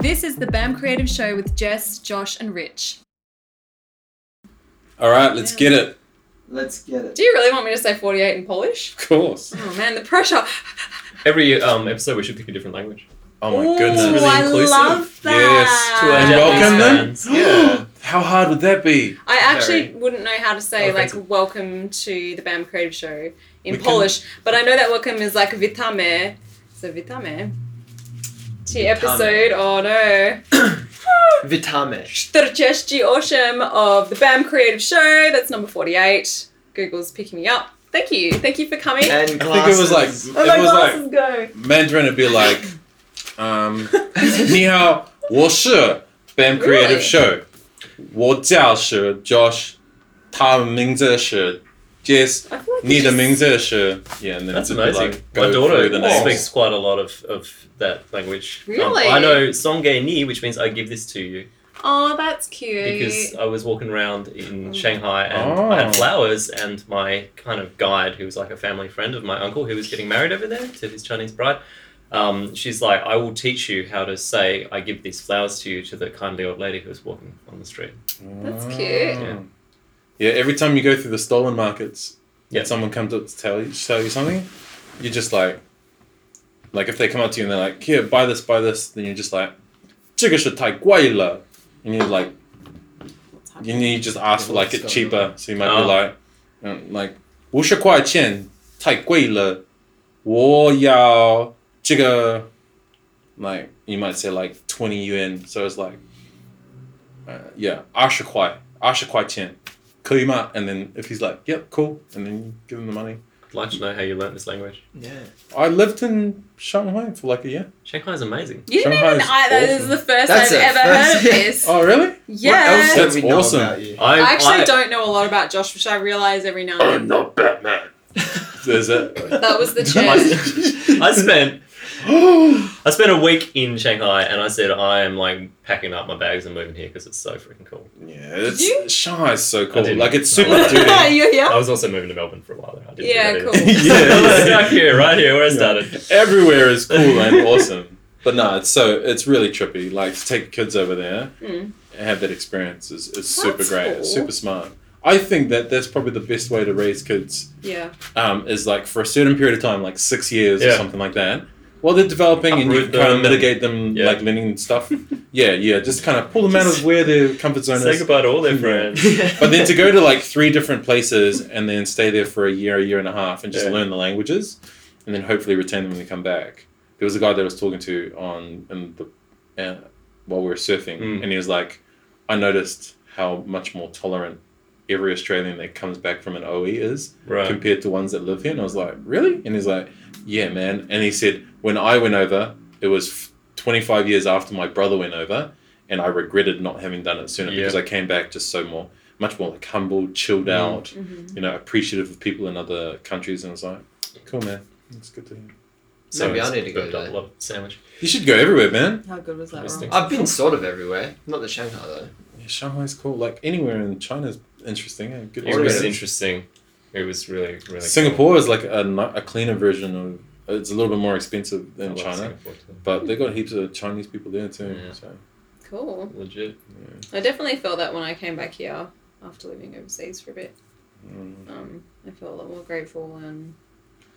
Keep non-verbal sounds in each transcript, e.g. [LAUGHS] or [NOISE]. This is the BAM Creative Show with Jess, Josh, and Rich. All right, let's get it. Let's get it. Do you really want me to say 48 in Polish? Of course. Oh man, the pressure. Every um, episode, we should pick a different language. Oh my Ooh, goodness. really I inclusive. love that. Yes, to our And Japanese welcome them. fans. Yeah. How hard would that be? I actually Very. wouldn't know how to say Oh, like thanks. welcome to the BAM Creative Show in We can- Polish, but I know that welcome is like witamy. So witamy. Ci episode, oh no. Vitame. 48 of the BAM Creative Show. That's number 48. Google's picking me up. Thank you. Thank you for coming. And [LAUGHS] I think it was like glasses. Oh, it my was glasses like [LAUGHS] go. Mandarin would be like, [LAUGHS] um, 你好,我是 BAM Really? Creative Show. 我叫是 Josh, 他名字是 Jess, I feel like we just- 你的名字是 Yeah, and then That's it would be amazing. Like, go My daughter through the names. speaks quite a lot of, of that language. Um, Really? I know Songge Ni, which means I give this to you, Oh, that's cute. because I was walking around in Shanghai and Oh. I had flowers, and my kind of guide, who was like a family friend of my uncle who was getting married over there to his Chinese bride, um, she's like, I will teach you how to say, I give these flowers to you to the kindly old lady who was walking on the street. That's Oh. cute. Yeah. Yeah, every time you go through the stolen markets Yeah. and someone comes up to tell you tell you something, you're just like like if they come up to you and they're like, Here, buy this, buy this, then you're just like "这个是太贵了," and you're like What's happening? you need to just ask for like What's it going cheaper. So you might be Oh. like um, like 五十块钱太贵了,我要这个 like you might say like 20 yuan. So it's like uh, yeah, 20块,20块钱可以吗? And then if he's like, yep, cool, and then you give him the money. I'd like to know how you learnt this language. Yeah. I lived in Shanghai for like a year. Shanghai is amazing. You didn't Shanghai's even I that is awesome. the first That's I've it. ever That's- heard of yeah. this. Oh really? yeah. What else That's do we know awesome. about [LAUGHS] you? I I, actually I- don't know a lot about Josh, which I realise every now and then. not Batman. There's it. That [LAUGHS] was [LAUGHS] the My- chair. I spent I spent a week in Shanghai and I said I am like packing up my bags and moving here because it's so freaking cool. [GASPS] Yeah, it's, you? Shanghai's so I cool. didn't. Like it's [CLEARS THROAT] I super [LAUGHS] like duty. You're I here? was also moving to Melbourne for a while there. I didn't Yeah, do [LAUGHS] that cool. [LAUGHS] either. [LAUGHS] Yeah. Stuck here, right here, where I started. Everywhere is [LAUGHS] cool and awesome. But no, it's so it's really trippy. Like to take kids over there Mm. and have that experience is, is super That's great. cool. It's super smart. I think that that's probably the best way to raise kids. Yeah. Um, is like for a certain period of time, like six years or Yeah. something like that. While they're developing and you Uproot can kind of them. mitigate them, Yeah. like learning [LAUGHS] stuff. yeah, yeah, just kind of pull them out of where their comfort zone Say is. goodbye to all their friends. [LAUGHS] But then to go to like three different places and then stay there for a year, a year and a half, and just Yeah. learn the languages, and then hopefully retain them when they come back. There was a guy that I was talking to on in the uh, while we were surfing, Mm. and he was like, "I noticed how much more tolerant every Australian that comes back from an OE is Right. compared to ones that live here." And I was like, "Really?" And he's like, "Yeah, man." And he said, "When I went over, it was f- 25 years after my brother went over, and I regretted not having done it sooner Yeah. because I came back just so more." much more like humble, chilled Mm. out, Mhm. you know, appreciative of people in other countries. And it's like, cool, man. It's good to hear. Maybe I it's need to go burped up there. a lot of sandwich. You should go everywhere, man. How good was that? Just Rob? think- I've been sort of everywhere. Not the Shanghai though. Yeah, Shanghai's cool. Like anywhere in China is interesting. And good It Or was is it- experience. interesting. It was really, really cool. Singapore is like a, ni- a cleaner version of. It's a little bit more expensive I than love China, Singapore too. but they got heaps of Chinese people there too. Yeah. So Cool. Legit. I definitely felt that when I came back here after living overseas for a bit. mm. Um, I felt a lot more grateful and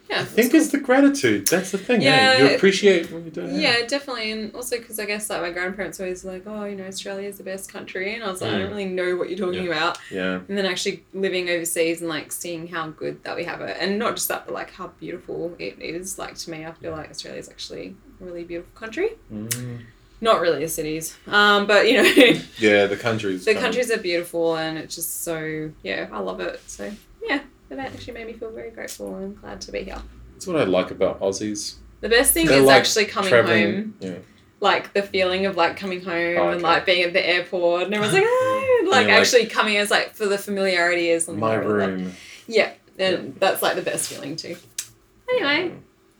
yeah. I it's think cool. it's the gratitude. That's the thing. Yeah, Yeah, you it- appreciate what you're doing. Yeah, definitely, and also because I guess like my grandparents were always like, "Oh, you know, Australia is the best country," and I was like, "I don't Mm. really know what you're talking about." yeah. And then actually living overseas and like seeing how good that we have it, and not just that, but like how beautiful it is. Like to me, I feel like Australia is actually a really beautiful country. Mm. Not really the cities, um, but you know, [LAUGHS] Yeah, the countries. the kind of- countries are beautiful, and it's just so yeah, I love it. So yeah, that actually made me feel very grateful and glad to be here. That's what I like about Aussies. The best thing They're is like actually coming traveling- home. Yeah. like the feeling of like coming home okay. and like being at the airport and [LAUGHS] everyone's like, oh, like you're like- actually coming as like for the familiarity is something My I really love. room. Yeah, and that's like the best feeling too. Anyway,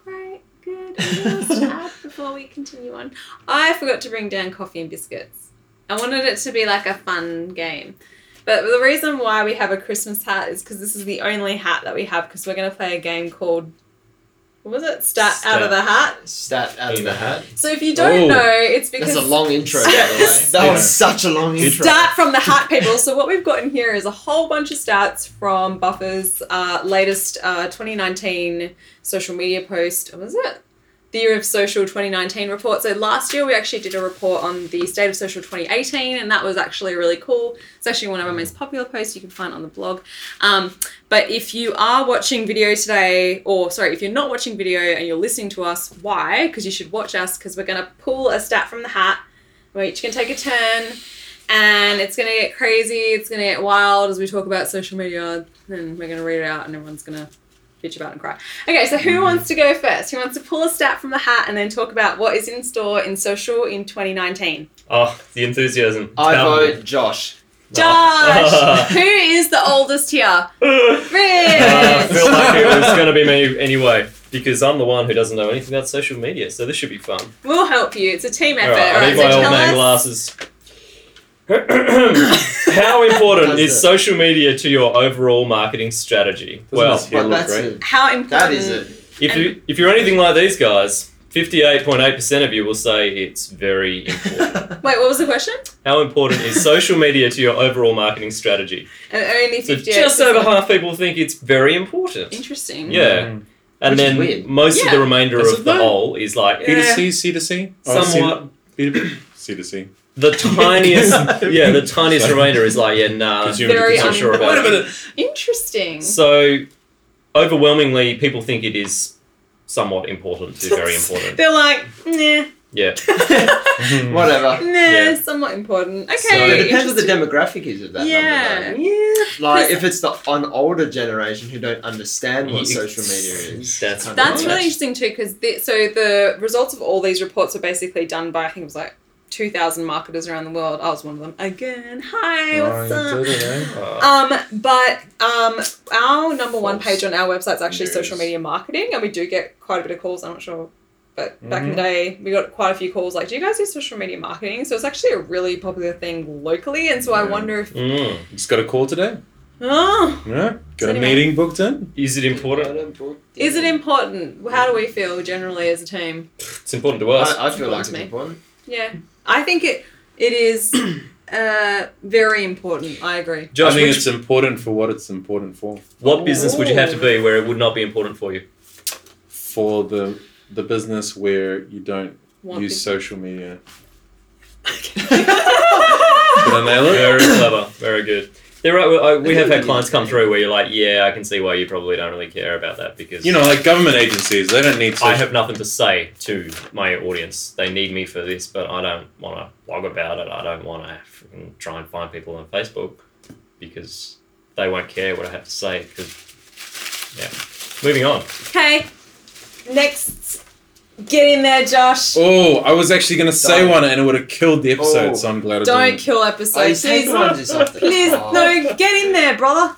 great, good. Anything else [LAUGHS] to add before we continue on? I forgot to bring down coffee and biscuits. I wanted it to be like a fun game. But the reason why we have a Christmas hat is because this is the only hat that we have because we're going to play a game called What was it? Stat, out of Stat. the hat. Stat out of the hat. So if you don't Oh. know, it's because That's a long intro, by the way. Yes. That Yeah. was such a long intro. Stat from the hat people. So what we've got in here is a whole bunch of stats from Buffer's uh, latest uh, 2019 social media post. What was it? The Year of Social 2019 report. So last year we actually did a report on the State of Social 2018, and that was actually really cool. It's actually one of our most popular posts. You can find it on the blog. Um, but if you are watching video today, or sorry, if you're not watching video and you're listening to us, why? Because you should watch us because we're going to pull a stat from the hat. We're each going to take a turn and it's gonna get crazy. It's gonna get wild as we talk about social media, and we're gonna read it out, and everyone's gonna bitch about it and cry. Okay, so Mm-hmm. who wants to go first? Who wants to pull a stat from the hat and then talk about what is in store in social in 2019? Oh, the enthusiasm. I Tell me. vote Josh. Ah. Josh, [LAUGHS] who is the oldest here? [LAUGHS] I Rich. feel Uh, like it was going to [LAUGHS] be me anyway because I'm the one who doesn't know anything about social media, so this should be fun. We'll help you. It's a team All effort. right, I All need my right, so old tell man us. glasses. [COUGHS] How important That's is it. social media to your overall marketing strategy? Doesn't well, this hair But look that's great? it. How important? That [LAUGHS] is it. if you if you're anything like these guys, fifty-eight point eight percent of you will say it's [LAUGHS] very important. Wait, what was the question? How important is social media to your overall marketing strategy? And Uh, only So 58. just over half people think it's very important, Interesting. Yeah. and Which is then weird. most of Yeah. the remainder That's of the fine. whole is like B to eh, C, C to C, Oh, C to- somewhat. B to B, C to C. The tiniest, yeah, the tiniest Sorry. remainder is like, yeah, nah, Consumer to Very not consumer. sure about Wait a it. minute. Interesting. So, overwhelmingly, people think it is somewhat important to very important. They're like, nah. Yeah. Whatever. [LAUGHS] Nah, Yeah. somewhat important. Okay. So- it depends what the interesting. demographic is of that Yeah. number. yeah. Though. Like Because- if it's the an older generation who don't understand what You- social media is. That's- kind of That's Yeah. really like- interesting too, because so the results of all these reports were basically done by I think it was like two thousand marketers around the world. I was one of them. Again, hi, Oh, what's Oh, up? eh? Uh, Um, but um, our number one False page on our website is actually news. social media marketing, and we do get quite a bit of calls. I'm not sure, but back in Mm-hmm. the day, we got quite a few calls like, "Do you guys do social media marketing?" So it's actually a really popular thing locally, and so I Yeah. wonder if mm. eh? Just got a call today. oh, Yeah. Got a Cinema. meeting booked in. Is it important? Is it important? How do we feel generally as a team? It's important to us. I, I feel like it's to me. important. Yeah, I think it it [CLEARS THROAT] is uh, very important. I agree. Josh, I think which- it's important for what it's important for. what business would you have to be where it would not be important for you? For the the business where you don't Want use this- social media. [LAUGHS] Did I Okay. nail it? Very clever. Very good. There are, I- we have had Yeah. clients come through where you're like, yeah, I can see why you probably don't really care about that because You know, like government agencies, they don't need. Social- I have nothing to say to my audience. They need me for this, but I don't want to blog about it. I don't want to try and find people on Facebook because they won't care what I have to say. Because yeah, moving on. [CLEARS THROAT] okay. Next, get in there, Josh. Oh, I was actually going to say Don't. one, and it would have killed the episode. Oh. So I'm glad I Don't didn't. kill I episode. just Please, hate when I do something. please, Oh. no, get in there, brother.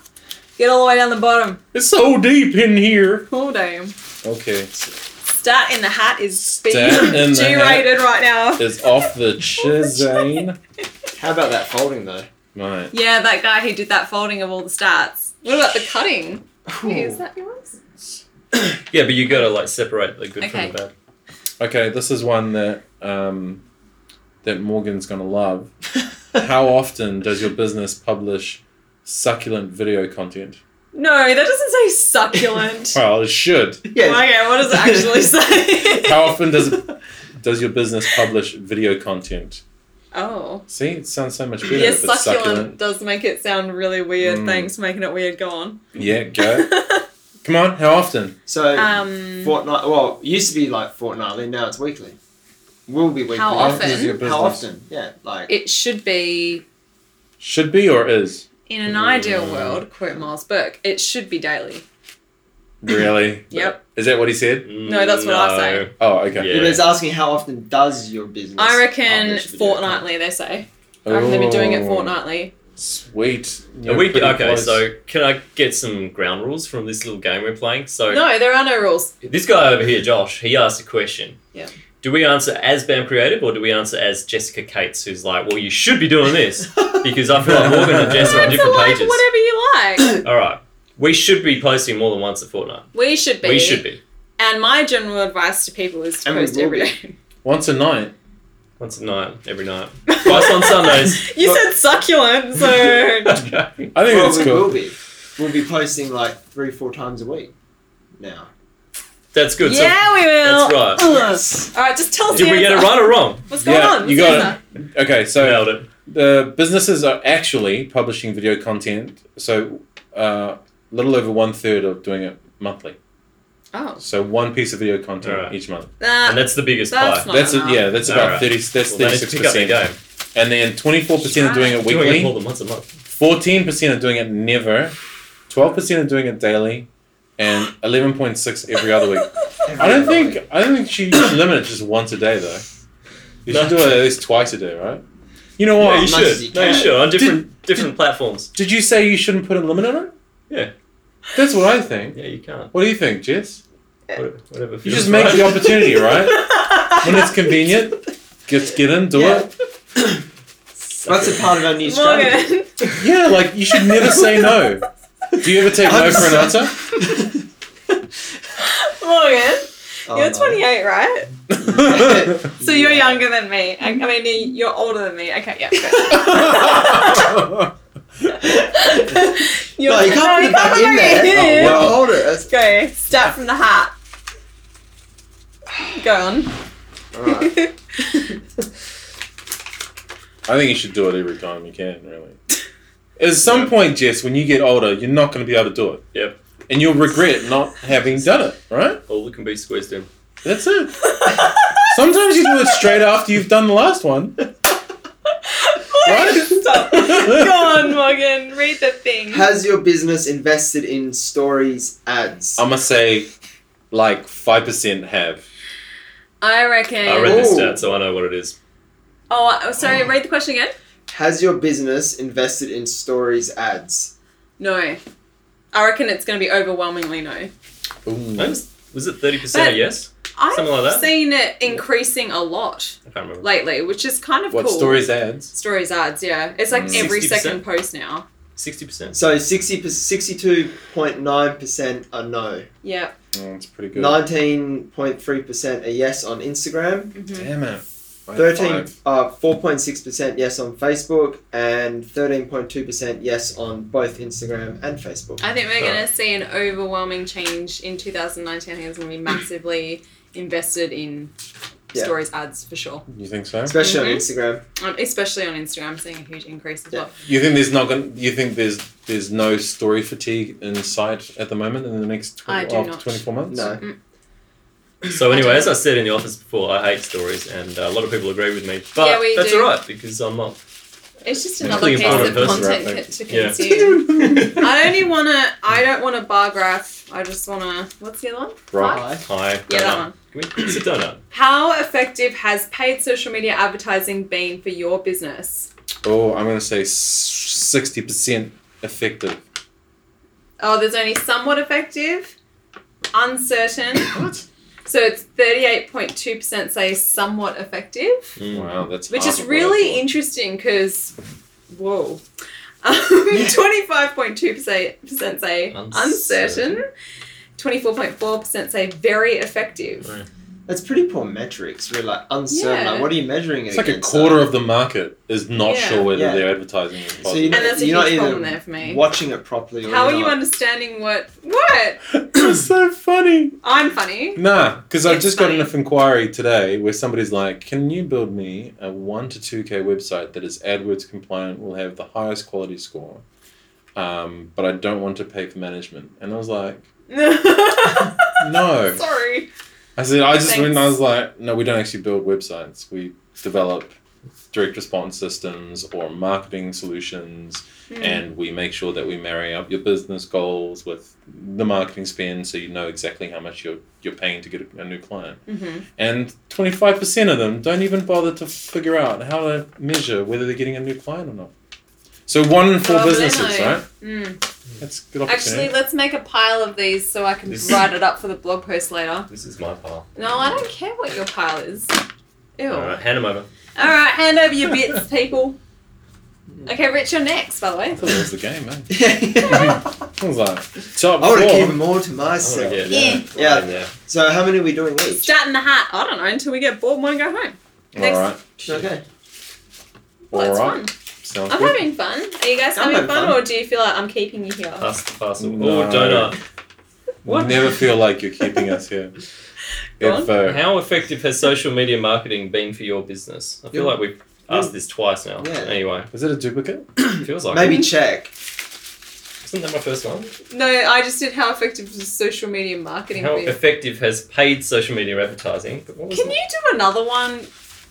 Get all the way down the bottom. It's so deep in here. Oh damn. Okay, Stat in the hat is being Stat in the [LAUGHS] hat. G-rated right now. it's off [LAUGHS] the chisane. How about that folding though? Right. Yeah, that guy who did that folding of all the stats. What about the cutting? Wait, is that yours? Yeah, but you gotta like separate the good Okay. from the bad. Okay, this is one that um, that Morgan's going to love. How often does your business publish succulent video content? No, that doesn't say [LAUGHS] succulent. Well, it should. [LAUGHS] yeah. Okay, what does it [LAUGHS] actually say? How often does it, does your business publish video content? [LAUGHS] Oh. See, it sounds so much better Yeah, if it's succulent, succulent. does make it sound really weird. Mm. Thanks for making it weird. Go on. [LAUGHS] Yeah, go. Come on, how often? So um, fortnight. Well, it used to be like fortnightly. Now it's weekly. Will be weekly. How often? does your How business- often? Yeah. Like it should be, Should be or is? in an ideal Mm. world, quote Miles Burke, it should be daily. Really? [LAUGHS] Yep. Is that what he said? No, that's what I Mm, say. Oh, okay. Yeah. It is asking how often does your business? I reckon publish video content? fortnightly, they say. I reckon they've been doing it Oh, fortnightly. Sweet. Are You're we, pretty okay, close. so can I get some ground rules from this little game we're playing? So No, there are no rules. This guy over here, Josh, he asked a question. Yeah. Do we answer as BAM Creative or do we answer as Jessica Cates, who's like, well, you should be doing [LAUGHS] this? Because I feel like Morgan and Jess Answer [LAUGHS] are on different like pages. whatever you like. [COUGHS] All right. We should be posting more than once a fortnight. we should be. We should be. And And my general advice to people is to And we post will every be. day. Once a night. Once a night, every night. Twice on Sundays. [LAUGHS] you said succulent, [LAUGHS] so Okay. I think well, that's we cool. will be. We'll be posting like three, four times a week now. That's good. yeah, we So will. that's right. Yes. All right, just tell us. Did the we get it answer. right or wrong? What's going Yeah, on? you What's the got answer? Okay, so Nailed it. the businesses are actually publishing video content. So uh, a little over one third of doing it monthly. Oh, So one piece of video content Alright. each month. And that, that's the biggest That's part. not- That's a, enough. yeah. That's about Alright. thirty. That's Well, they thirty need to six pick up their percent. game. And then twenty four percent are doing it Doing it more weekly. than once a month. Fourteen percent are doing it never. Twelve percent are doing it daily, and eleven point six every other week. I don't think I don't think she should [CLEARS THROAT] limit it just once a day though. You should do No. it at least twice a day, right? You know what? yeah, you as much as you should. no, you can. should. On different different platforms. Did you say you shouldn't put a limit on it? Yeah. That's what I think. Yeah, you can't. What do you think, Jess? Whatever. whatever You feels just make right. the [LAUGHS] opportunity, right? [LAUGHS] When it's convenient, just get in, do it. That's a part of our new strategy. Morgan. [LAUGHS] Yeah, like you should never say [LAUGHS] no. Do you [LAUGHS] ever take no for an [LAUGHS] answer? Morgan, Oh, you're no. 28, right? So you're Yeah. younger than me. I, I mean, you're older than me. Okay, [LAUGHS] yeah. good. [LAUGHS] You're, No, you can't put it back in there. in. [LAUGHS] Oh, Well, hold it. That's, Go. Start from the heart. Go on. alright. I think you should do it every time you can, really. At some point, Jess, when you get older, you're not going to be able to do it. Yep. And you'll regret not having done it, right? All that can be squeezed in. That's it. [LAUGHS] Sometimes you do it straight after you've done the last one. Please What? [LAUGHS] Stop. Go on, Morgan. Read the thing. Has your business invested in stories ads? I must say, like 5% have. I reckon. I read this Ooh. stat, so I know what it is. oh, uh, sorry. Read the question again. Has your business invested in stories ads? No. I reckon it's going to be overwhelmingly no. Mine Ooh. was, was it 30% But- a yes? I've Something like that? seen it increasing a lot I can't remember. lately, which is kind of What cool. stories ads? Stories ads, yeah. It's like Mm. every 60%? second post now. 60%. So 60 62.9% are no. Yeah. Oh, that's pretty good. 19.3% are yes on Instagram. Mhm. Damn it. By 13 five. uh, 4.6% yes on Facebook and 13.2% yes on both Instagram and Facebook. I think we're Sorry. going to see an overwhelming change in 2019. I think it's going to be massively invested in Yeah. stories ads for sure. You think so? Especially Mhm. on Instagram. Um, especially on Instagram, I'm seeing a huge increase as well. You think there's not going? You think there's there's no story fatigue in sight at the moment in the next tw- I do after not. 24 months? No. So anyway, as I said in the office before, I hate stories, and uh, a lot of people agree with me. But Yeah, we that's do. alright because I'm not. It's just Yeah. another Clean piece of bottom person, content right? co- to Yeah. consume. [LAUGHS] I only want to. I don't want a bar graph. I just want to. What's the other one? Right. Hi. [LAUGHS] Hi, Yeah, that donut. one. Can we- It's a donut. How effective has paid social media advertising been for your business? Oh, I'm going to say s- 60% effective. Oh, there's only somewhat effective, uncertain. So it's 38.2% say somewhat effective, Mm. Wow, that's which half is of what I really thought. interesting because, whoa. Um, [LAUGHS] 25.2% say uncertain. Uncertain. 24.4% say very effective. Right. That's pretty poor metrics. We're like uncertain. Yeah. Like, what are you measuring it It's like a against, quarter though? of the market is not Yeah. sure whether Yeah. their advertising is So you positive. And that's a You're not huge even problem there for me. watching it properly. or How are you're you not. understanding what? What? it's so funny. I'm [LAUGHS] funny. [LAUGHS] Nah, because I've It's just funny. got an inquiry today where somebody's like, "Can you build me a one to two k website that is AdWords compliant, will have the highest quality score, um, but I don't want to pay for management?" And I was like, "No." Sorry. I said, "I just went." and I Thanks. was like, "No, we don't actually build websites. We develop direct response systems or marketing solutions." Hmm. and we make sure that we marry up your business goals with the marketing spend so you know exactly how much you're you're paying to get a, a new client Mm-hmm. and 25% of them don't even bother to figure out how to measure whether they're getting a new client or not so one in four Well, then businesses I- right Mm. that's a good opportunity Actually, let's make a pile of these so I can This- write it up for the blog post later. This is my pile. No, I don't care what your pile is. Ew. All right, hand them over. All right, hand over your bits, people. Okay, Rich, you're next, by the way. I thought it was the game, man. I [LAUGHS] I was like, top want to four. keep them all to myself. Yeah. Yeah. Yeah. yeah. So how many are we doing each? Start in the heart. I don't know until we get bored and want to go home. Next. All right. Okay. Well, it's All fun. right. Sounds I'm good. having fun. Are you guys I'm having having fun, fun. or do you feel like I'm keeping you here? Pass the parcel. No. Oh, donut. What? Never feel like you're keeping us [LAUGHS] here. Go on. If, uh, How effective has social media marketing been for your business? I feel Yeah. like we've asked this twice now. Yeah. [CLEARS THROAT] Anyway, is it a duplicate? feels like Maybe check. Isn't that my first one? No, I just did how effective is social media marketing. How for you? effective has paid social media advertising? But what was Can it? you do another one?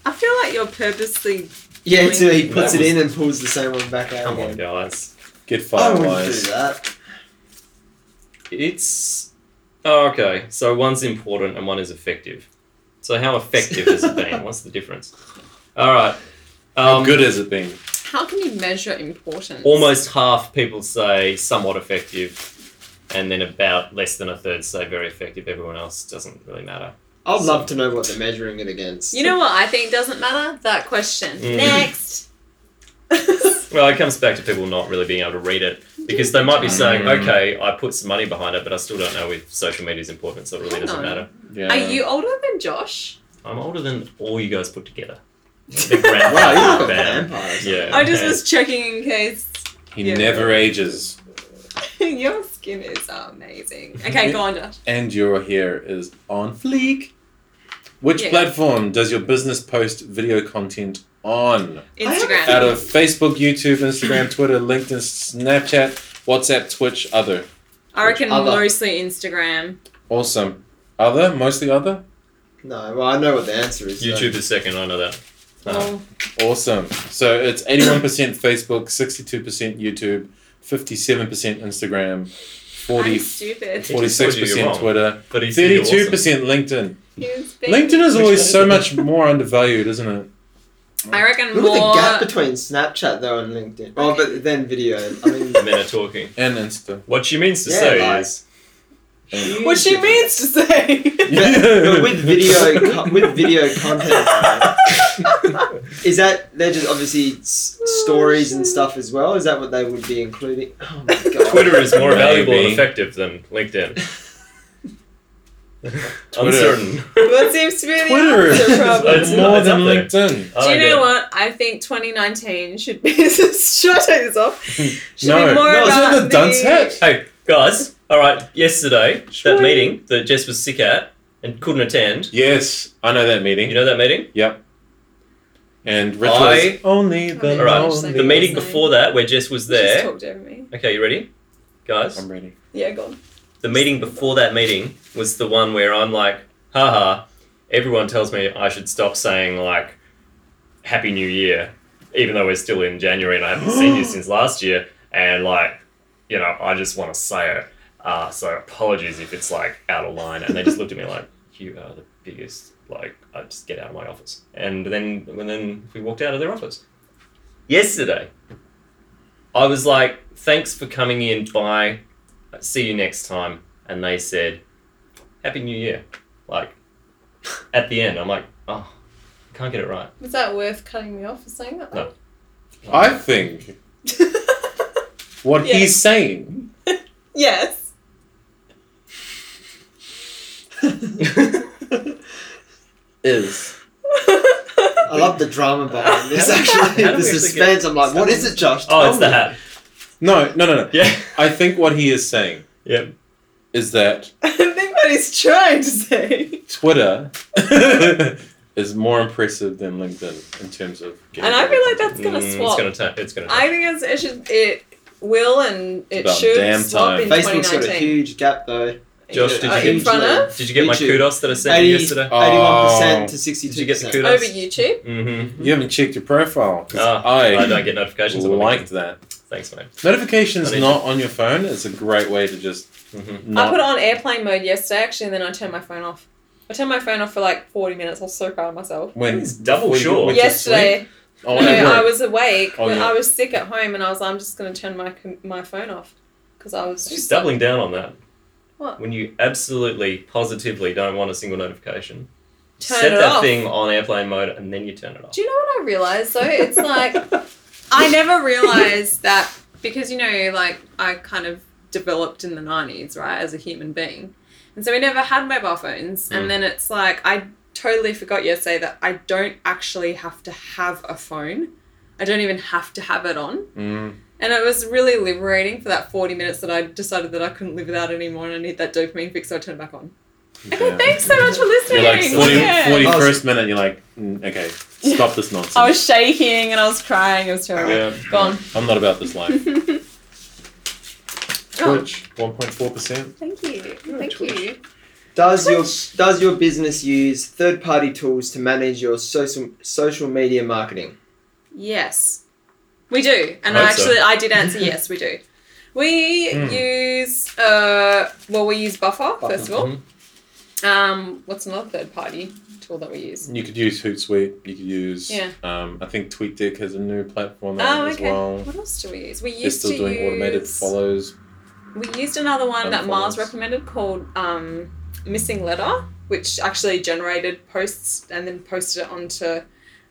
I feel like you're purposely. Yeah, so he That puts it was- in and pulls the same one back out Come on, again. guys. Get Oh, I wouldn't do finalized. that. It's oh, okay. So one's important and one is effective. So how effective has it been? What's the difference? All right. How Um, good has it been? How can you measure importance? Almost half people say somewhat effective, and then about less than a third say very effective. Everyone else doesn't really matter. I'd love to know what they're measuring it against. You know what I think doesn't matter? That question. Mm. [LAUGHS] Next. Well, it comes back to people not really being able to read it because they might be saying, Mm. "Okay, I put some money behind it, but I still don't know if social media's important, so it really doesn't Hello. matter." Yeah. Are you older than Josh? I'm older than all you guys put together. The grand- wow, [LAUGHS] you look like a band. vampire. Yeah. I just okay. was checking in case He Yeah. never ages, [LAUGHS] your skin is amazing. Okay, go on, Josh. and your hair is on fleek. Which Yeah. platform does your business post video content on? Instagram. Out of Facebook, YouTube, Instagram, Twitter, LinkedIn, Snapchat, WhatsApp, Twitch, other. I reckon Other. mostly Instagram. Awesome. Other? Mostly other? No, well, I know what the answer is. though. YouTube is second. I know that. Uh, Oh, Awesome. So it's 81% Facebook, 62% YouTube, 57% Instagram, 40, I'm stupid. [LAUGHS] Forty- Told you you're 46% wrong. Twitter, Uh, but he's still 32% awesome. LinkedIn. Here's the- LinkedIn is Which always one so is it? much more undervalued, isn't it? I reckon Look at the gap more. between Snapchat though and LinkedIn. Oh, but then video. I [LAUGHS] mean, Men are talking. And Insta. What she means to Yeah, say like- is, And- What she means to say. [LAUGHS] But, [LAUGHS] but with video, co- with video content, right, is that they're just obviously s- stories and stuff as well? Is that what they would be including? Oh my god! [LAUGHS] Twitter is more Maybe. valuable and effective than [LAUGHS] LinkedIn. Uncertain. What seems to be the Twitter answer, is [LAUGHS] probably. It's more it's than up there. LinkedIn. I Do you like know it. what? I think 2019 should be. [LAUGHS] Should I take this off? Should be No. more No, about isn't it the dunce hat? Hey guys! All right, yesterday Sure. that meeting that Jess was sick at and couldn't attend. Yes, I know that meeting. You know that meeting? and Rich I- was only the All right, lonely- Like The meeting last night. before that where Jess was Just there. talked over me. Okay, you ready, guys? I'm ready. Yeah, go on. the meeting before that meeting was the one where I'm like, haha, everyone tells me I should stop saying like Happy New Year, even though we're still in January and I haven't seen you since last year. And like, you know, I just want to say it. Uh, so apologies if it's like out of line. And they just looked at me like, you are the biggest, like, I just get out of my office. And then, and then we walked out of their office. Yesterday, I was like, thanks for coming in. Bye see you next time. And they said, Happy New Year. Like, at the end, I'm like, oh, I can't get it right. Was that worth cutting me off for saying that? No. I think what Yeah. he's saying [LAUGHS] yes. [LAUGHS] is [LAUGHS] I love the drama behind this. How do- how Actually, do we the actually get- suspense. I'm like, what is it, Josh? oh, Tell it's the [LAUGHS] me. hat. no, no, no, no. Yeah. I think what he is saying Yeah. is that [LAUGHS] I think what he's trying to say. Twitter [LAUGHS] is more impressive than LinkedIn in terms of. getting And I feel like people. that's gonna Mm, swap. It's going to turn. It's going to I think it's, it should it will and it About should damn swap time. in Facebook's got a 2019. huge gap though. Josh, did Uh, you in get, front of did you get my YouTube. kudos that I sent you 80 yesterday? Oh. 81% to Did you get the 62%. kudos? over YouTube. Mm-hmm. Oh, You haven't checked your profile. 'cause Ah, I, I don't get notifications. on the like weekends. that. Thanks, mate. Notifications I need not on your phone is a great way to just Mhm. I not. put it on airplane mode yesterday actually, and then I turned my phone off. I turned my phone off for like 40 minutes. I was so proud of myself. when It's double when you sure. went to sleep. Yesterday, Oh, no, at I work. was awake. Oh, when yeah. I was sick at home, and I was like, I'm just going to turn my com- my phone off because I was Just just doubling down on that. What? When you absolutely, positively don't want a single notification, Turn set it that off. thing on airplane mode and then you turn it [LAUGHS] off. Do you know what I realized though? It's like I never realized that because you know, like I kind of developed in the nineties, right, as a human being, and so we never had mobile phones. Mm. And then it's like I totally forgot yesterday that I don't actually have to have a phone. I don't even have to have it on. Mm. And it was really liberating for that 40 minutes that I decided that I couldn't live without it anymore and I need that dopamine fix, so I turned it back on. Okay, Yeah. thanks so much for You're listening. like 40, Yeah. 41st minute, you're like, mm, okay, stop this [LAUGHS] nonsense. I was shaking and I was crying. It was terrible. Yeah. Gone. I'm not about this life. [LAUGHS] Oh, Twitch, 1.4%. thank you. Thank you. Does your does your business use third party tools to manage your social social media marketing? Yes, we do. And I Hope so. actually, I did answer yes, we do. We Mm. use, uh, well, we use Buffer, first of all. Mhm. Mm-hmm. Um, what's another third party tool that we use? You could use Hootsuite. You could use, Yeah. um, I think TweetDeck has a new platform Oh, now as okay. well. What else do we use? We They're used still to doing use automated follows. We used another one that Mars Unfollows. recommended called um, Missing Letter, which actually generated posts and then posted it onto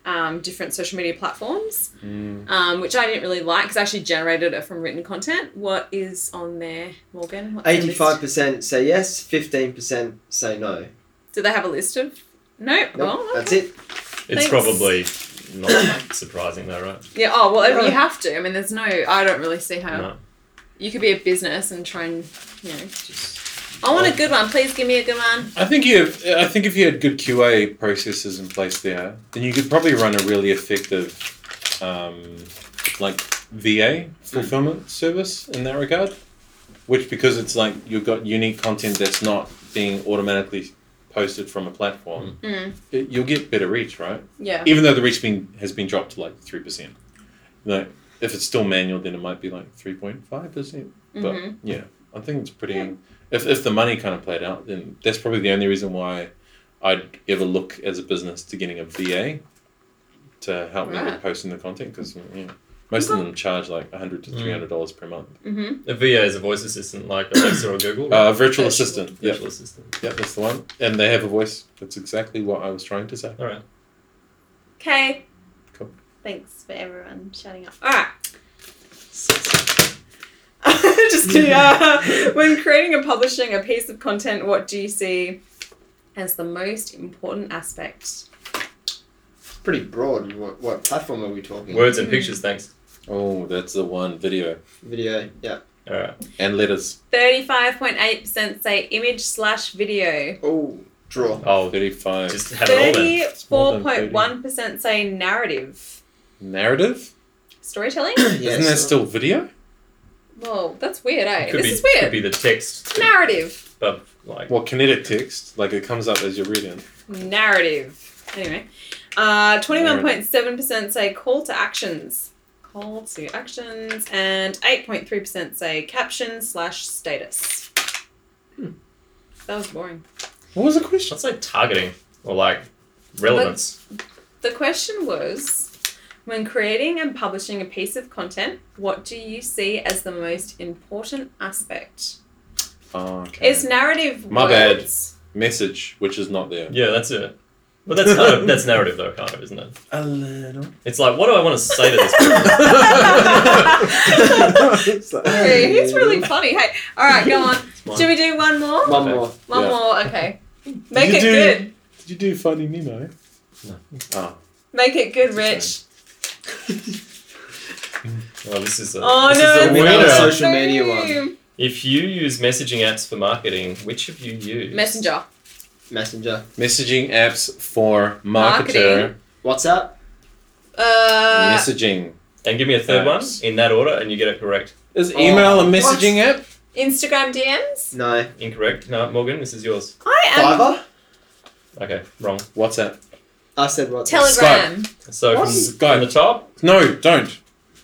um, different social media platforms, Mm. um, which I didn't really like because I actually generated it from written content. What is on there, Morgan? What's the list? Eighty five percent say yes, fifteen percent say no. Do they have a list of? Nope. Nope, Oh, okay. That's it. It's Thanks. probably not surprising though, right? Yeah. Oh well, if Right. you have to. I mean, there's no. I don't really see how No. you could be a business and try and you know. Just, I want a good one. Please give me a good one. I think you. I think if you had good QA processes in place there, then you could probably run a really effective, um, like VA fulfillment service in that regard. Which because it's like you've got unique content that's not being automatically posted from a platform, Mm. it, you'll get better reach, right? Yeah. Even though the reach been, has been dropped to like three percent. Like if it's still manual, then it might be like three point five percent. But Mhm. yeah, I think it's pretty. Yeah. If if the money kind of played out, then that's probably the only reason why I'd ever look as a business to getting a VA to help me Right. with posting the content because yeah, most of them charge like hundred to Mm. three hundred dollars per month. Mm-hmm. a VA is a voice assistant like Alexa or Google. right? Uh, virtual assistant. Yep, Virtual assistant. yep, that's the one. And they have a voice. That's exactly what I was trying to say. All right. Okay. Cool. Thanks for everyone shutting up. All right. [LAUGHS] Just [LAUGHS] kidding. Uh, when creating and publishing a piece of content, what do you see as the most important aspect? Pretty broad. What, what platform are we talking? Words and Mm. pictures, thanks. Oh, that's the one. Video Video. Yeah. All right. and letters. Thirty-five point eight percent say image slash video. Oh, [LAUGHS] draw. Oh, Thirty-five. just have it all then. Thirty-four point one percent say narrative Narrative. [COUGHS] storytelling. Yeah, Isn't that so- still video? Whoa, that's weird, eh? Could this be, is Could weird. be the text, Narrative, but like Well, kinetic text, like it comes up as you're reading. narrative. Anyway, uh, twenty-one point seven percent say call to actions. Call to actions, and eight point three percent say caption slash status. Hmm. That was boring. What was the question? I'd say targeting or like relevance. The question was, when creating and publishing a piece of content, what do you see as the most important aspect? Oh, okay. Is narrative My bad. words? Message, which is not there. Yeah, that's it. But that's kind of that's narrative though, kind of, isn't it? A [LAUGHS] little. It's like, what do I want to say to this? person? [LAUGHS] It's like- Okay, he's really funny. Hey, all right, go [LAUGHS] on. mine. Should we do one more? One more. [LAUGHS] One Yeah. Hmm. more. Okay, make you it do- good. Did you do Finding Nemo? No. Oh. Make it good, It's a Rich. Oh, this is a, Oh, this no, is a it's winner. not social media one. Boom. If you use messaging apps for marketing, which have you used? Messenger. Messenger. Messaging apps for marketer WhatsApp. Uh, messaging. And give me a third Apps. one in that order, and you get it correct. Is Oh, email a messaging app? Instagram DMs. No. Incorrect. No, Morgan, this is yours. I am Fiverr. Okay, wrong. WhatsApp. I said WhatsApp. Telegram. So What? from, from the top, No, don't.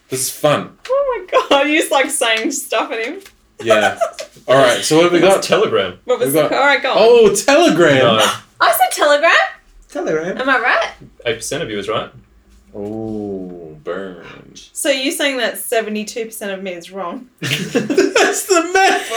This is fun. Oh my god, you just like saying stuff at him. Yeah. All right. So what have we we got got? Telegram. [LAUGHS] What was We've the? got- All right, go on. Oh, Telegram. No, I said Telegram. [LAUGHS] Telegram. Am I right? eight percent of you was right. Oh, burn. So you saying that seventy-two percent of me is [LAUGHS] wrong? [LAUGHS] That's the math.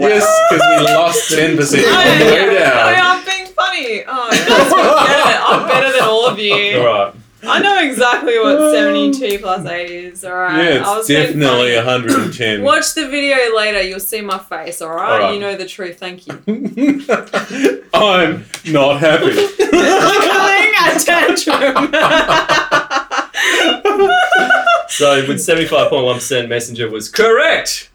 yes, because we lost ten percent Oh, on the yeah, [LAUGHS] way yeah. down. I am being funny. Oh, Yes, I get it. I'm better than all [LAUGHS] of you. Oh, All right. I know exactly what 72 plus 8 is, alright? I yeah, was it's being definitely funny. 110. Watch the video later, you'll see my face, alright? Alright. You know the truth, thank [LAUGHS] you. [LAUGHS] I'm [LAUGHS] not happy. Calling a [LAUGHS] [LAUGHS] tantrum. Oh, So with seventy-five point one percent, messenger was correct.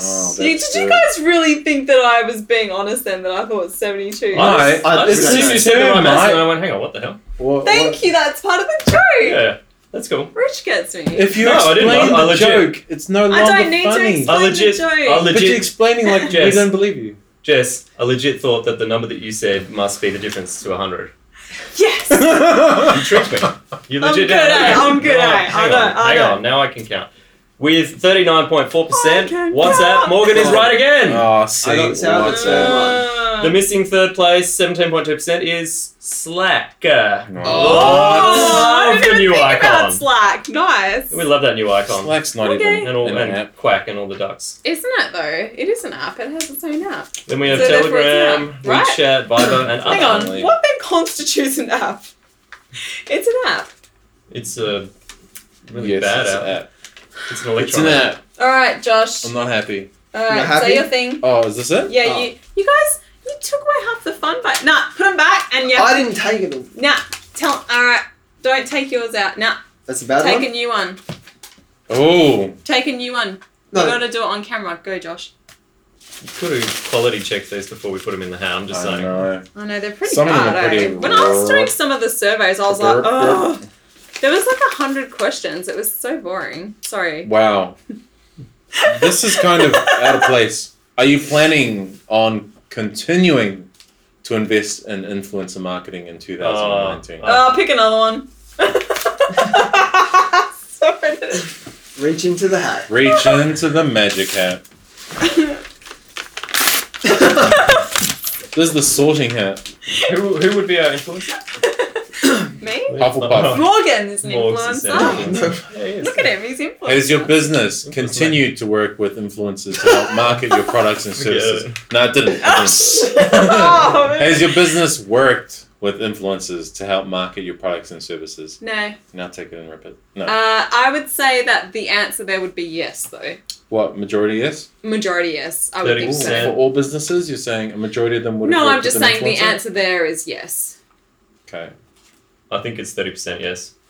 Oh, Did you- that's did you good. guys really think that I was being honest then that I thought 72? I- I, I, I- just this assumed is you said the term, right answer, I- and I went, "Hang on, what the hell?" What- Thank what- you, that's part of the joke. Yeah, that's cool. Rich gets me. If you No, I didn't. explain I- I the legit- joke, it's no I longer don't need to funny. explain I legit- the joke. I But you're legit, explaining like Jess. we don't believe you. Jess, I legit thought that the number that you said must be the difference to hundred. [LAUGHS] yes! [LAUGHS] You tricked Ah, me. You I'm legit good did. at it, I'm good No, at it. I hang know, on, I hang know. on. Now I can count. With thirty-nine point four percent, I can WhatsApp. count. Morgan is right again. Oh, see, uh, I got sour what's cream. that? Ah. The missing third place, seventeen point two percent, is Slack. Uh, No. Oh, Oh, Oh, I it's didn't the even new think about icon. Slack. Nice. We love that new icon. Slack's not Okay. even and all an and app. Quack and all the ducks. Isn't it though? It is an app. It has its own app. Then we have So therefore it's an Telegram, app, right? WeChat, Viber, and Hang other. on. Apparently. What then constitutes an app? It's an app. It's a really Yes, bad it's app. an app. It's an It's an electronic. app. All right, Josh. I'm not happy. All right, You're happy? say your thing. Oh, is this it? Yeah, Oh. you. You guys, you took away half the fun. But nah, put them back. And yeah, I didn't take it. nah. Tell. All right, don't take yours out. Nah, That's a bad take one. a new one. Oh, Take a new one. No. You gotta do it on camera. Go, Josh. You Could have quality checked these before we put them in the hat. I'm just I saying. know. I know they're pretty Some of them hard. are eh? pretty When I was doing rough. some of the surveys, I was like, Burp, burp. oh, there was like a hundred questions. It was so boring. Sorry. Wow, [LAUGHS] this is kind of out of [LAUGHS] place. Are you planning on continuing to invest in influencer marketing in 2019? Uh, Oh, pick another one. [LAUGHS] Sorry. [LAUGHS] Reach into the hat. Reach into the magic hat. This is the sorting hat. [LAUGHS] Who, who would be our influencer? Me? [LAUGHS] Hufflepuff. Morgan is an Morgs is an influencer. Oh. influencer. Yeah, he [LAUGHS] is. Look at him, he's influencer. Has your business continued to work with influencers to help market your products [LAUGHS] and Forget services? No, it didn't. It Oh, didn't. shit. [LAUGHS] [LAUGHS] Oh, Has your business worked with influencers to help market your products and services? No. Now take it and rip it. No. Uh, I would say that the answer there would be yes, though. what, majority yes? Majority yes. I would think so. Yeah. For all businesses, you're saying a majority of them would have No, worked I'm just with an saying the influencer? answer there is yes. Okay. I think it's 30%, yes. [LAUGHS]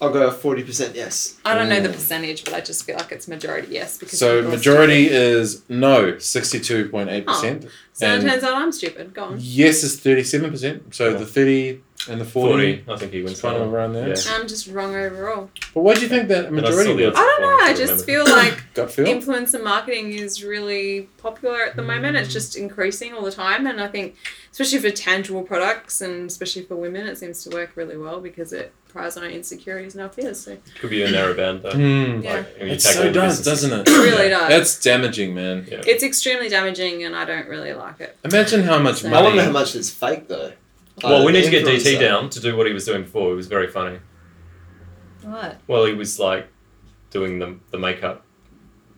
I'll go forty percent. Yes. I don't know the Mm. percentage, but I just feel like it's majority yes because So people are majority stupid. is no, 62.8%. So it and- turns out I'm stupid. Go on. Yes is 37%. So Yeah. the 30 and the 40, 40. I think he wins. kind of that around there. Yeah. I'm just wrong overall. But why do you think that I majority saw the was? I don't know. I Well, I just feel remember. [COUGHS] like Gut feel? influencer marketing is really popular at the moment. It's just Mm. increasing all the time, and I think, especially for tangible products and especially for women, it seems to work really well because it pries on our insecurities and our fears. So one. Could be a narrow band, though. Hmm. Yeah. Like, when you It so tackle the does, businesses. doesn't it? It really does. That's damaging, man. Yeah. it's extremely damaging, and I don't really like it. Imagine how much So- I wonder how money. much that's fake though. Well, we need to get Influencer. DT down to do what he was doing before. It was very funny. What? Well, he was like doing the, the makeup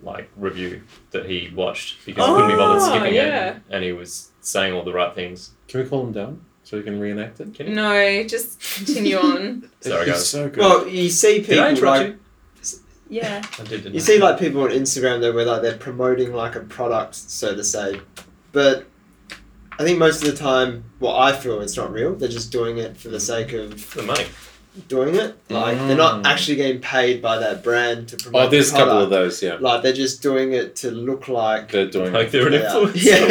like review that he watched because he couldn't be bothered Oh, skipping yeah. it, and he was saying all the right things. Can we call him down so we can reenact it? Can you? No, just continue on. Sorry, It's guys. so good. Well, you see Did I people interrupt like you? [LAUGHS] Yeah. I did. Didn't You I? see, like people on Instagram, though, where like they're promoting like a product, so to say. But I think most of the time, what I feel it's not real. They're just doing it for the sake of the money. doing it. Like they're Mm. not actually getting paid by that brand to promote. oh, there's a the couple of product. those, yeah. Like they're just doing it to look like. They're doing Like they're an Yeah. influencer. [LAUGHS] Yeah.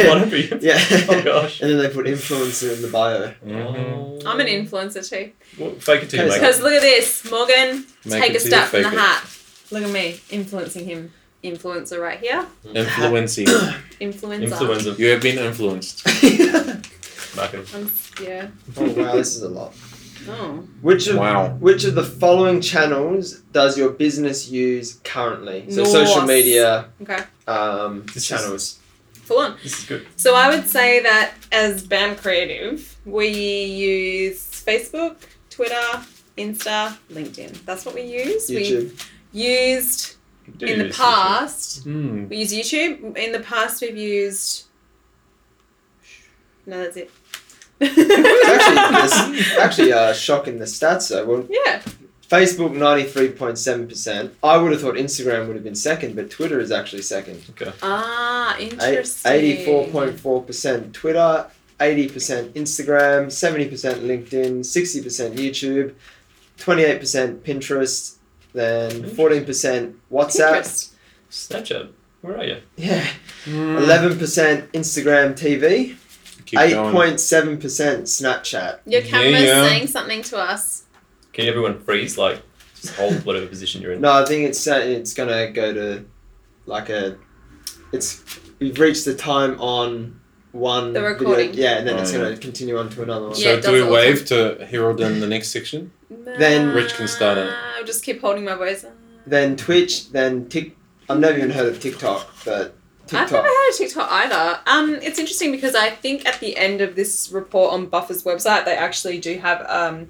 [LAUGHS] [LAUGHS] wannabe. Yeah. Oh gosh. and then they put influencer in the bio. [LAUGHS] Mhm. I'm an influencer too. Well, fake it till you Okay, make Because it. look at this, Morgan. take a Make it till you step from the fake it. hat. Look at me influencing him. Influencer right here. Influencing. Influencer. [LAUGHS] Influencer you have been influenced. oh marketing. I'm s- yeah. wow, this is a lot. Oh. Which of Wow. which of the following channels does your business use currently? So Norse. social media Okay. um, This is- channels. Full on. This is good. So I would say that as BAM Creative, we use Facebook, Twitter, Insta, LinkedIn. That's what we use. We YouTube. used You do in the use this. past. Hmm. We use YouTube. In the past, we've used. No, that's it. It's actually, [LAUGHS] there's actually uh, a shock in the stats though. Well, yeah. Facebook ninety three point seven percent. I would have thought Instagram would have been second, but Twitter is actually second. Ah, interesting. Eighty four point four percent Twitter, eighty percent Instagram, seventy percent LinkedIn, sixty percent YouTube, twenty eight percent Pinterest, then fourteen percent WhatsApp. Pinterest. Snapchat, where are you? Yeah, eleven percent Instagram TV, Hmm. Keep eight going. point seven percent Snapchat. Your Yeah, camera's yeah. saying something to us. Can everyone freeze? Like, just hold whatever position you're in. No, I think it's uh, it's gonna go to like a. It's we've reached the time on one. The video- recording. yeah, and then Oh, it's yeah. gonna continue on to another one. Yeah, So it does do all a the wave to Herald in the next section. Then- Rich can start it. I'll just keep holding my voice. Then Twitch, then Tik. I've never even heard of TikTok, but I've never TikTok. heard of TikTok either. Um, it's interesting because I think at the end of this report on Buffer's website, they actually do have um,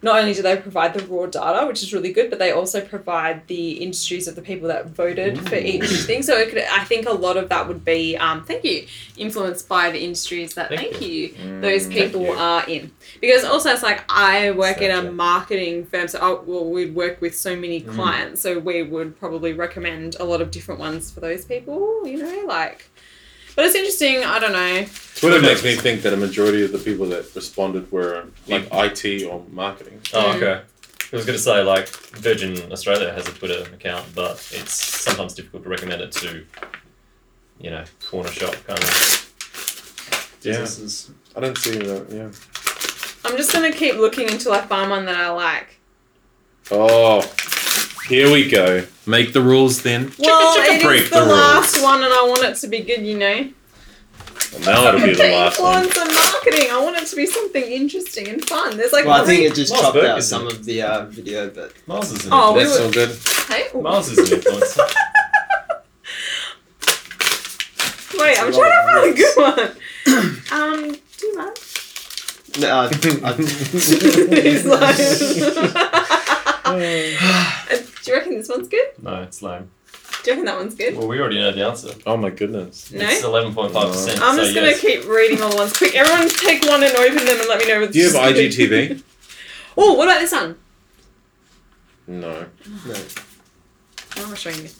not only do they provide the raw data, which is really good, but they also provide the industries of the people that voted for [LAUGHS] each thing. So it could, I think a lot of that would be um, thank you influenced by the industries that Thank thank, you Hmm. those Mm, Hmm. people are in. Because also, it's like I work in a Exactly. Mm. marketing firm, so I, well, we'd work with so many clients, so we would probably recommend a lot of different ones for those people, you know, like. But it's interesting. I don't know. Twitter makes me think that a majority of the people that responded were like IT or marketing. Um, Oh, okay. I was going to say, like, Virgin Australia has a Twitter account, but it's sometimes difficult to recommend it to, you know, corner shop kind of. Yeah, Businesses. I don't see that. Yeah. I'm just gonna keep looking until I find one that I like. Oh, here we go. Make the rules then. well, chicka, it break is the, the rules. last one, and I want it to be good. You know, Now it'll [LAUGHS] be the last one. influencer marketing. I want it to be something interesting and fun. There's like, Well, I three- think it just Miles chopped Burke out is some in of the uh, video, but Miles is an Oh, we That's were- so good. Hey, ooh. Miles is an influencer. [LAUGHS] Wait, I'm It's a trying to lot find a of good one. um, do you mind? [LAUGHS] no, [LAUGHS] uh, I, He's like- [LAUGHS] [LAUGHS] Uh, do you reckon this one's good? No, it's lame. Do you reckon that one's good? Well, we already know the answer. Oh my goodness. No? It's 11.5%. I'm so just gonna yes. keep reading all the ones quick. Everyone take one and open them and let me know. Do you have IGTV? [LAUGHS] oh, what about this one? No. no. Oh, I'm showing you.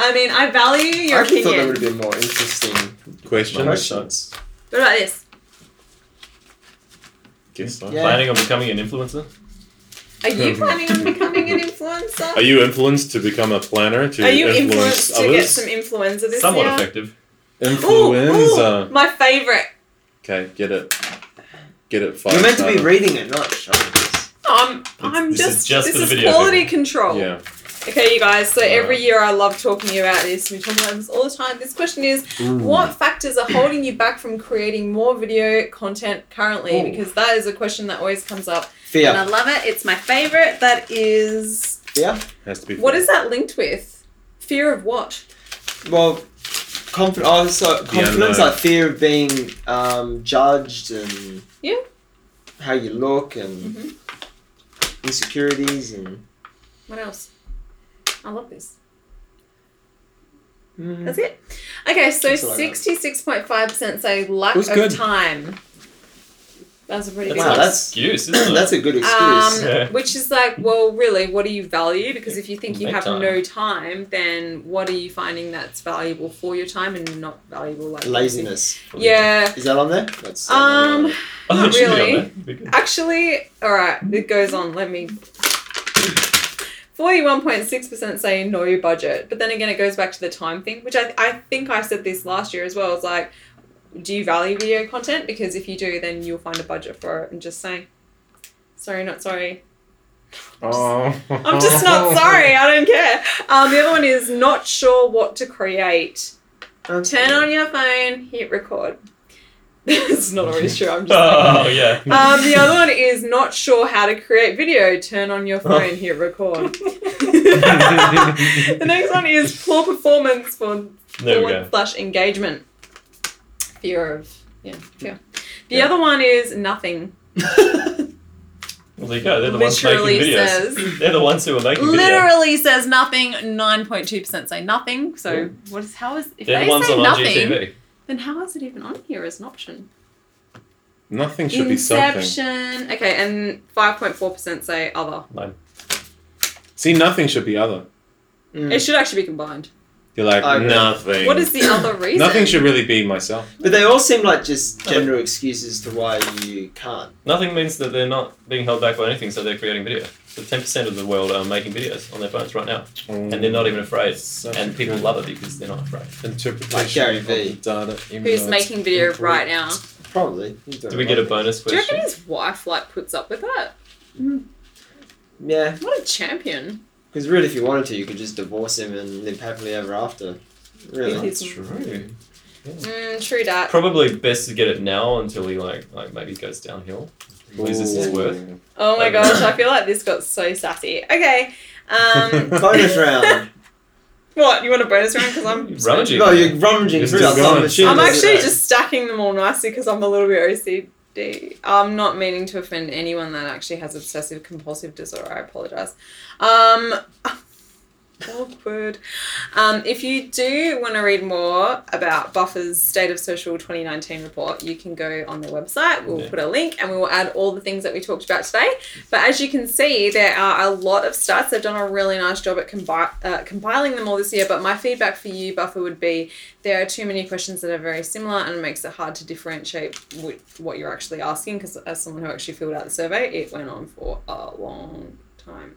I mean, I value your I actually thought that opinion. would have been more interesting Questions? questions. What about this? Guess so. Yeah. Planning on becoming an influencer? Are you Mhm. planning on becoming an influencer? Are you influenced to become a planner to Are you influence influenced to get others? some influenza this Somewhat year? effective. Ooh, Influenza. ooh, my favorite. Okay, get it. Get it. Five You're meant to be star. reading it, not showing this. I'm, I'm this is just, just this for the is video quality control. Yeah. Okay, you guys. So Alright. every year I love talking about this. We talk about this all the time. This question is: What factors are holding you back from creating more video content currently? Ooh. Because that is a question that always comes up, and I Fear. love it. It's my favorite. That is Fear. Has to be. what is that linked with? Fear of what? Well, conf- oh, so confidence, unknown. like fear of being um, judged and Yeah. how you look and Mm-hmm. insecurities and. What else? I love this. Mm. That's it. Okay, so That's all I got. sixty-six point five percent say lack It was of good. time. That's a pretty good That's Wow, an one. that's- [CLEARS THROAT] excuse, isn't it? That's a good excuse. Um, Yeah. which is like, well, really, what do you value? Because if you think you Make have time. no time, then what are you finding that's valuable for your time and not valuable? Like Laziness. Yeah. Is that on there? That's uh, Um. I think it [LAUGHS] should be on Really? there. It'd be good. Actually, all right. It goes on. Let me. Forty-one point six percent say no budget, but then again, it goes back to the time thing, which I I think I said this last year as well. It's like, do you value video content? Because if you do, then you'll find a budget for it. And just saying, sorry, not sorry. Oh. I'm just not sorry. I don't care. Um, the other one is not sure what to create. Turn on your phone, hit record. [LAUGHS] It's not always true. I'm just. Oh, yeah. [LAUGHS] Um, the other one is not sure how to create video. Turn on Oh. your phone, hit [LAUGHS] record. the next one is poor performance for [LAUGHS] There we forward go. slash engagement. Fear of yeah fear. The Yeah. other one is [LAUGHS] nothing. Well, there you go. They're the ones making Literally videos. says- They're the ones who are making videos. Literally says nothing. Nine point two percent say nothing. So what is how is if They're they the ones say on nothing? IGTV. Then how is it even on here as an option? Nothing should be something. Inception. Okay, and 5.4% say other. See, nothing should be other. Hmm. Mm. It should actually be combined. You're like I agree. nothing. What is the [LAUGHS] other reason? Hmm. Nothing should really be myself. But they all seem like just Oh. general excuses to why you can't. Nothing means that they're not being held back by anything, so they're creating video. So 10% of the world are making videos on their phones right now, and they're not even afraid. Such a and people good love it because they're not afraid. Mm. interpretation. Like Gary of Vee. the data, even Who's though it's making video incorrect. right now? Probably. You don't Do we get a know. bonus Do you reckon question? his wife like puts up with that? Yeah, What a champion! because really, if you wanted to, you could just divorce him and live happily ever after. Really. Easy. That's true. Mm, true that. Probably best to get it now until he like like maybe goes downhill, loses his Ooh. worth. Oh my gosh, I feel like this got so sassy. Okay. [LAUGHS] Um, [LAUGHS] bonus round. what you want a bonus round? Because I'm You rummage it. No, you're rummaging It's through just that gone. machine. I'm doesn't actually it? just stacking them all nicely because I'm a little bit OCD. I'm not meaning to offend anyone that actually has obsessive compulsive disorder. I apologize. Um, [LAUGHS] awkward. Um, if you do want to read more about Buffer's State of Social 2019 report, you can go on their website. We'll Yeah. put a link and we will add all the things that we talked about today. But as you can see, there are a lot of stats. They've done a really nice job at combi- uh, compiling them all this year. But my feedback for you, Buffer, would be there are too many questions that are very similar and it makes it hard to differentiate wh- what you're actually asking because as someone who actually filled out the survey, it went on for a long time.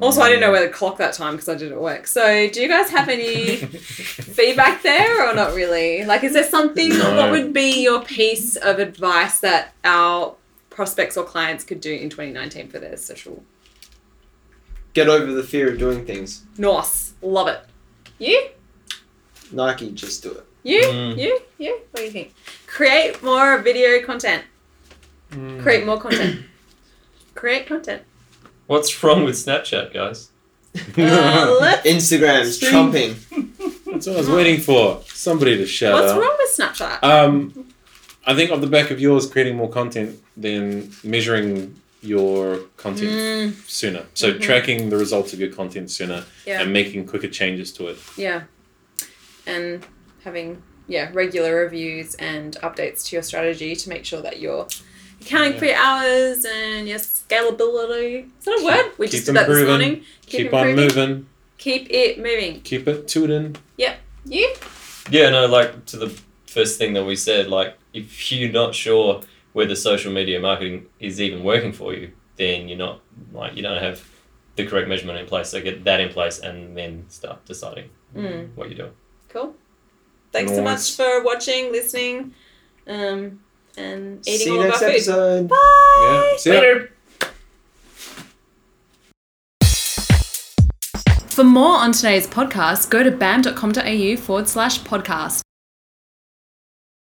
Also, I didn't know where to clock that time because I did it at work. So, do you guys have any feedback there or not really? Like, is there something, No. what would be your piece of advice that our prospects or clients could do in 2019 for their social? get over the fear of doing things. Nice. Love it. You? Nike, just do it. You? Mm. You? You? What do you think? Create more video content. [LAUGHS] Mm. Create more content. Create content. What's wrong with Snapchat, guys? Uh, let's- Instagram's Stream. trumping. That's what I was waiting for. Somebody to shout What's out. wrong with Snapchat? Um, I think off the back of yours, creating more content than measuring your content Mm, sooner. So Mhm. tracking the results of your content sooner yeah. and making quicker changes to it. Yeah. And having yeah, regular reviews and updates to your strategy to make sure that you're accounting for your hours and your scalability. Is that a word? We Keep just did that this improving. morning. Keep, on moving. Keep it moving. Keep it tooting. You? Yeah, no, like to the first thing that we said, like if you're not sure whether social media marketing is even working for you, then you're not like you don't have the correct measurement in place. So get that in place and then start deciding Mm, what you're doing. cool. Thanks so much Nice. for watching, listening, um, and eating See all you next of our food. episode. Bye. Yeah. See ya. For more on today's podcast, go to bam.com.au forward slash podcast.